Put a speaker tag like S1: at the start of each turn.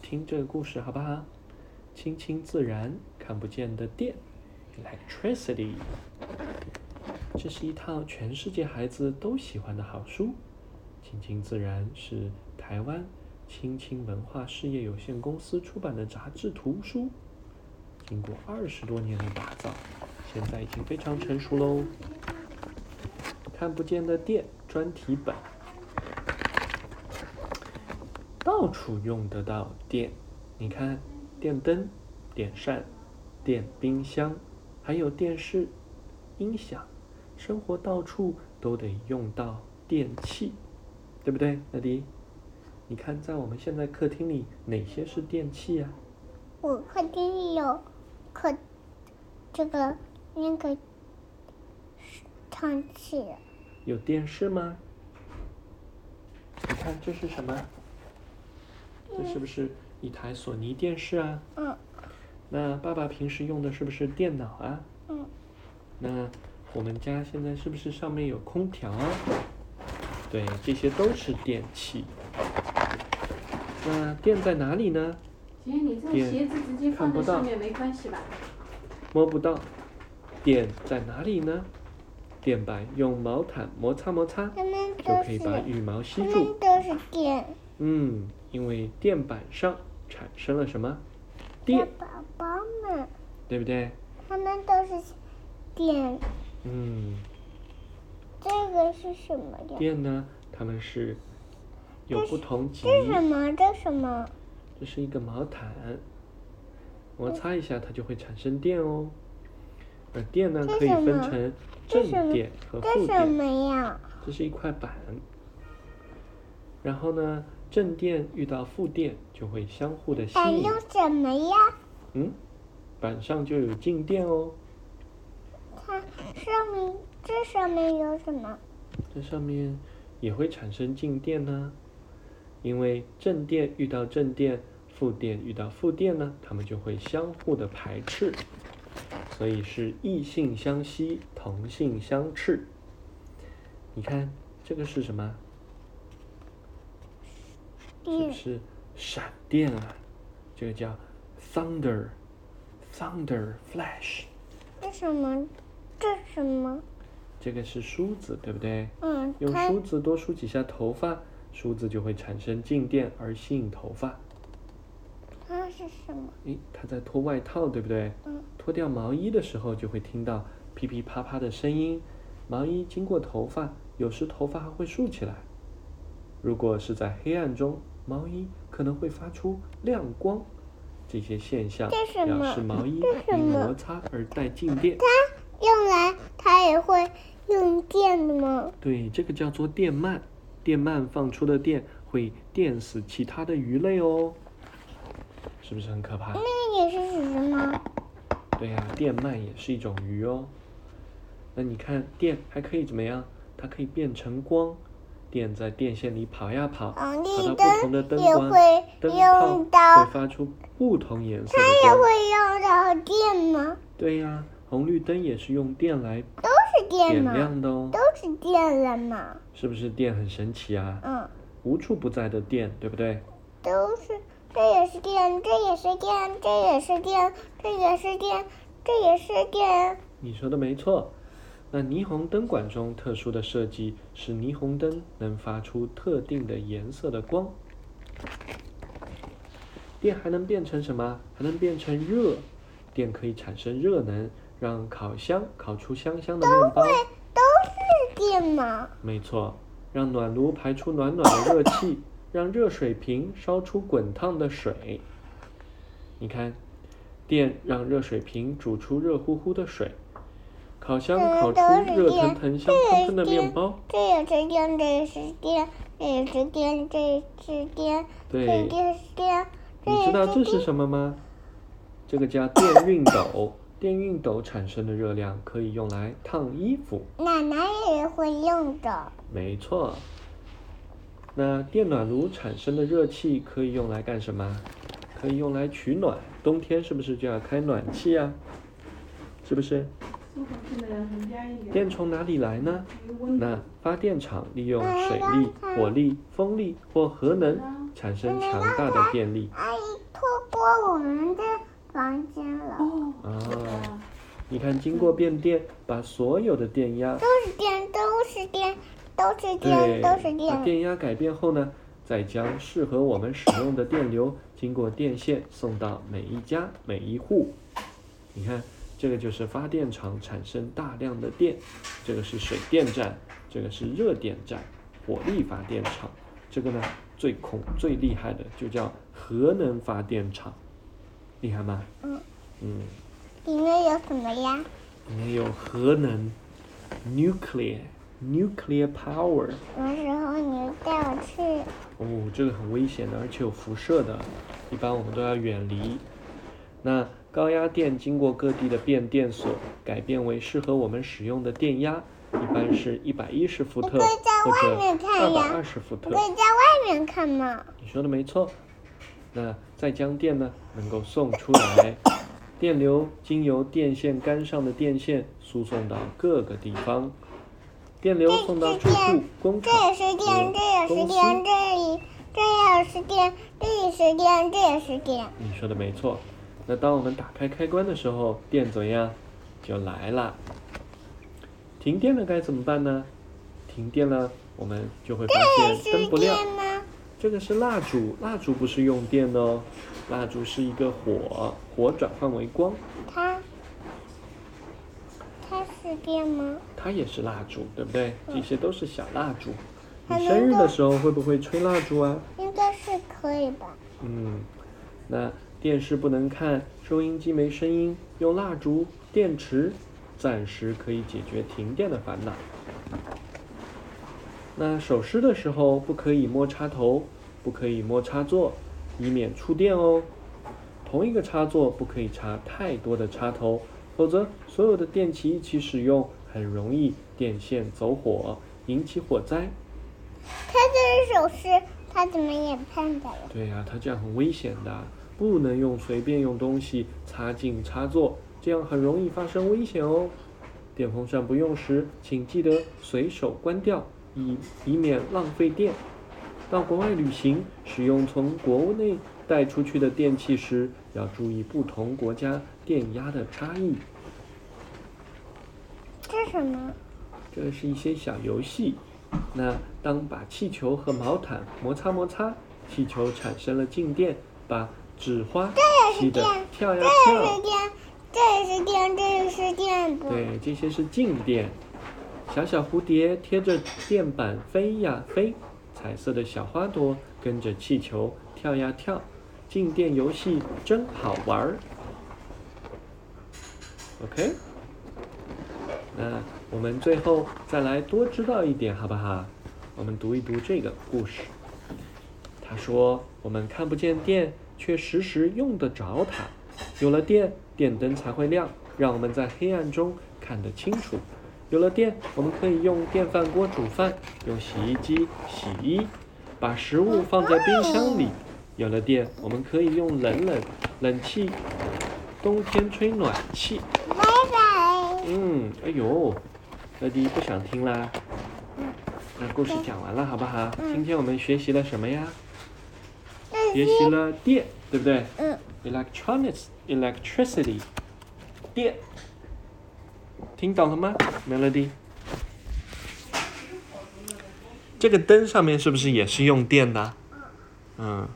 S1: 听这个故事好不好？亲亲自然，看不见的电，electricity。这是一套全世界孩子都喜欢的好书。亲亲自然是台湾亲亲文化事业有限公司出版的杂志图书，经过二十多年的打造，现在已经非常成熟喽。看不见的电专题本，到处用得到电。你看，电灯、电扇、电冰箱，还有电视、音响，生活到处都得用到电器，对不对，乐迪？你看，在我们现在客厅里，哪些是电器啊呀、
S2: 我客厅里有可这个那个唱器，
S1: 有电视吗？你看这是什么？这是不是一台索尼电视啊？
S2: 嗯
S1: 那爸爸平时用的是不是电脑啊？
S2: 嗯
S1: 那我们家现在是不是上面有空调啊？对，这些都是电器。那电在哪里呢？
S3: 姐，你这个鞋子直接放在上面没关系吧？
S1: 摸不到。电在哪里呢？电板用毛毯摩擦摩擦，
S2: 他们
S1: 就
S2: 都
S1: 可以
S2: 是
S1: 把羽毛吸
S2: 他
S1: 住。
S2: 们都是电
S1: 嗯，因为电板上产生了什么？电，
S2: 宝宝们，
S1: 对不对？
S2: 他们都是电。
S1: 嗯，
S2: 这个是什么呀？
S1: 电呢，它们是有不同级，
S2: 这什么？这什么？
S1: 这是一个毛毯，摩擦一下它就会产生电哦。而电呢，
S2: 这
S1: 可以
S2: 什
S1: 分
S2: 么
S1: 成
S2: 这什
S1: 正
S2: 么
S1: 电和
S2: 这
S1: 负
S2: 什
S1: 电，
S2: 么呀？
S1: 这是一块板。然后呢，正电遇到负电就会相互的吸
S2: 板
S1: 引，
S2: 用什么呀？
S1: 嗯，板上就有静电哦。
S2: 它上面这上面有什么？
S1: 这上面也会产生静电呢、因为正电遇到正电，负电遇到负电呢，它们就会相互的排斥，所以是异性相吸，同性相斥。你看这个是什么？是不
S2: 电
S1: 是闪电啊？这个叫 thunder，thunder flash，
S2: 嗯这什么？这什么？
S1: 这个是梳子，对不对？
S2: 嗯，
S1: 用
S2: 它
S1: 梳子多梳几下头发，梳子就会产生静电而吸引头发。
S2: 它是什么？
S1: 诶，他在脱外套，对不对？
S2: 嗯
S1: 脱掉毛衣的时候，就会听到噼噼啪啪的声音。毛衣经过头发，有时头发还会竖起来。如果是在黑暗中，毛衣可能会发出亮光。这些现象
S2: 这什么
S1: 表示毛衣
S2: 这什
S1: 因
S2: 么
S1: 摩擦而带静电。
S2: 用来它也会用电的吗？
S1: 对，这个叫做电鳗。电鳗放出的电会电死其他的鱼类哦，是不是很可怕？
S2: 那个也是什么？
S1: 对呀、电鳗也是一种鱼哦。那你看，电还可以怎么样？它可以变成光，电在电线里跑呀跑，
S2: 嗯，
S1: 跑到
S2: 绿
S1: 不同的
S2: 灯
S1: 灯
S2: 也
S1: 光，
S2: 会
S1: 灯泡
S2: 用到
S1: 会，发出不同颜色
S2: 也
S1: 的光。
S2: 会用到电吗？
S1: 对呀、红绿灯也是用电来
S2: 都是电
S1: 点
S2: 吗？
S1: 亮的哦
S2: 都，是电了嘛？
S1: 是不是电很神奇啊？
S2: 嗯，
S1: 无处不在的电，对不对？
S2: 都是，这也是电，这也是电，这也是电，这也是电，这也是电。
S1: 你说的没错。那霓虹灯管中特殊的设计使霓虹灯能发出特定的颜色的光。电还能变成什么？还能变成热。电可以产生热能，让烤箱烤出香香的面包。
S2: 都是电嘛？
S1: 没错，让暖炉排出暖暖的热气，让热水瓶烧出滚烫的水。你看，电让热水瓶煮出热乎乎的水，烤箱烤出热腾腾、香喷喷的面包。
S2: 这也是电，这也是电，这也是电，这也是电，这
S1: 对，
S2: 也是电，这
S1: 你
S2: 也
S1: 知道这
S2: 是
S1: 是
S2: 电。
S1: 什么吗？这个叫电熨斗。电熨斗产生的热量可以用来烫衣服。
S2: 奶奶也会用的。
S1: 没错。那电暖炉产生的热气可以用来干什么？可以用来取暖。冬天是不是就要开暖气啊？是不是？
S3: 这个真的很压抑
S1: 电从哪里来呢？
S3: 没温度
S1: 那发电厂利用水力、火力、风力或核能产生强大的电力。
S2: 阿姨，哎过我们的房间了，
S3: 哦，
S1: 啊，
S3: 哇
S1: 你看，经过变电，把所有的电压，
S2: 都是电，都是电，都
S1: 对，
S2: 是电，都是
S1: 把
S2: 电。
S1: 电压改变后呢，再将适合我们使用的电流经过电线送到每一家每一户。你看，这个就是发电厂产生大量的电，这个是水电站，这个是热电站，火力发电厂。这个呢，最恐最厉害的就叫核能发电厂，厉害吗？
S2: 嗯
S1: 嗯，
S2: 里面有什么呀？
S1: 里面有核能，nuclear nuclear power。
S2: 什么时候你带我去？
S1: 哦，这个很危险的，而且有辐射的，一般我们都要远离。那高压电经过各地的变电所改变为适合我们使用的电压，一般是一百一十伏特
S2: 你可以在
S1: 或者
S2: 外面
S1: 二
S2: 看
S1: 百
S2: 呀
S1: 二十伏
S2: 我
S1: 特
S2: 可。以在外面看吗？
S1: 你说的没错。那再将电呢，能够送出来，电流经由电线杆上的电线输送到各个地方，电流送到住户、工
S2: 这
S1: 厂。
S2: 也是电，这也是
S1: 嗯公司
S2: 电，这里这也是电，这也是电，这也是电。
S1: 你说的没错。那当我们打开开关的时候，电怎么样？就来了。停电了该怎么办呢？停电了，我们就会发
S2: 这也
S1: 现灯
S2: 是
S1: 不亮。
S2: 电吗？
S1: 这个是蜡烛，蜡烛不是用电的哦，蜡烛是一个火，火转换为光，
S2: 它，它是电吗？
S1: 它也是蜡烛，对不对？这些都是小蜡烛。
S2: 嗯还
S1: 你
S2: 能
S1: 生日
S2: 够
S1: 的时候会不会吹蜡烛啊？
S2: 应该是可以吧。
S1: 嗯，那电视不能看，收音机没声音，用蜡烛、电池，暂时可以解决停电的烦恼。那手湿的时候不可以摸插头，不可以摸插座，以免触电哦。同一个插座不可以插太多的插头，否则所有的电器一起使用，很容易电线走火，引起火灾。
S2: 它这是手势，它怎么也看到了？
S1: 对呀、它这样很危险的，不能用随便用东西插进插座，这样很容易发生危险哦。电风扇不用时，请记得随手关掉，以以免浪费电。到国外旅行，使用从国内带出去的电器时，要注意不同国家电压的差异。
S2: 这是什么？
S1: 这是一些小游戏。那当把气球和毛毯摩擦摩擦，气球产生了静电，把纸花吸得跳呀
S2: 这也
S1: 跳。
S2: 是电，这也是电，这也是电不？
S1: 对，这些是静电。小小蝴蝶贴着电板飞呀飞，彩色的小花朵跟着气球跳呀跳。静电游戏真好玩儿。OK，那我们最后再来多知道一点，好不好？我们读一读这个故事。他说：“我们看不见电，却时时用得着它。有了电，电灯才会亮，让我们在黑暗中看得清楚。有了电，我们可以用电饭锅煮饭，用洗衣机洗衣，把食物放在冰箱里。有了电，我们可以用冷冷冷气，冬天吹暖气。”
S2: 拜拜。
S1: 嗯，哎呦，乐迪不想听啦。那故事讲完了，好不好？
S2: 嗯
S1: 今天我们学习了什么呀？
S2: 这
S1: 学
S2: 是
S1: 习了电，对不对
S2: 嗯，
S1: ？Electronics, electricity，电。听懂了吗，Melody？这个灯上面是不是也是用电的？嗯，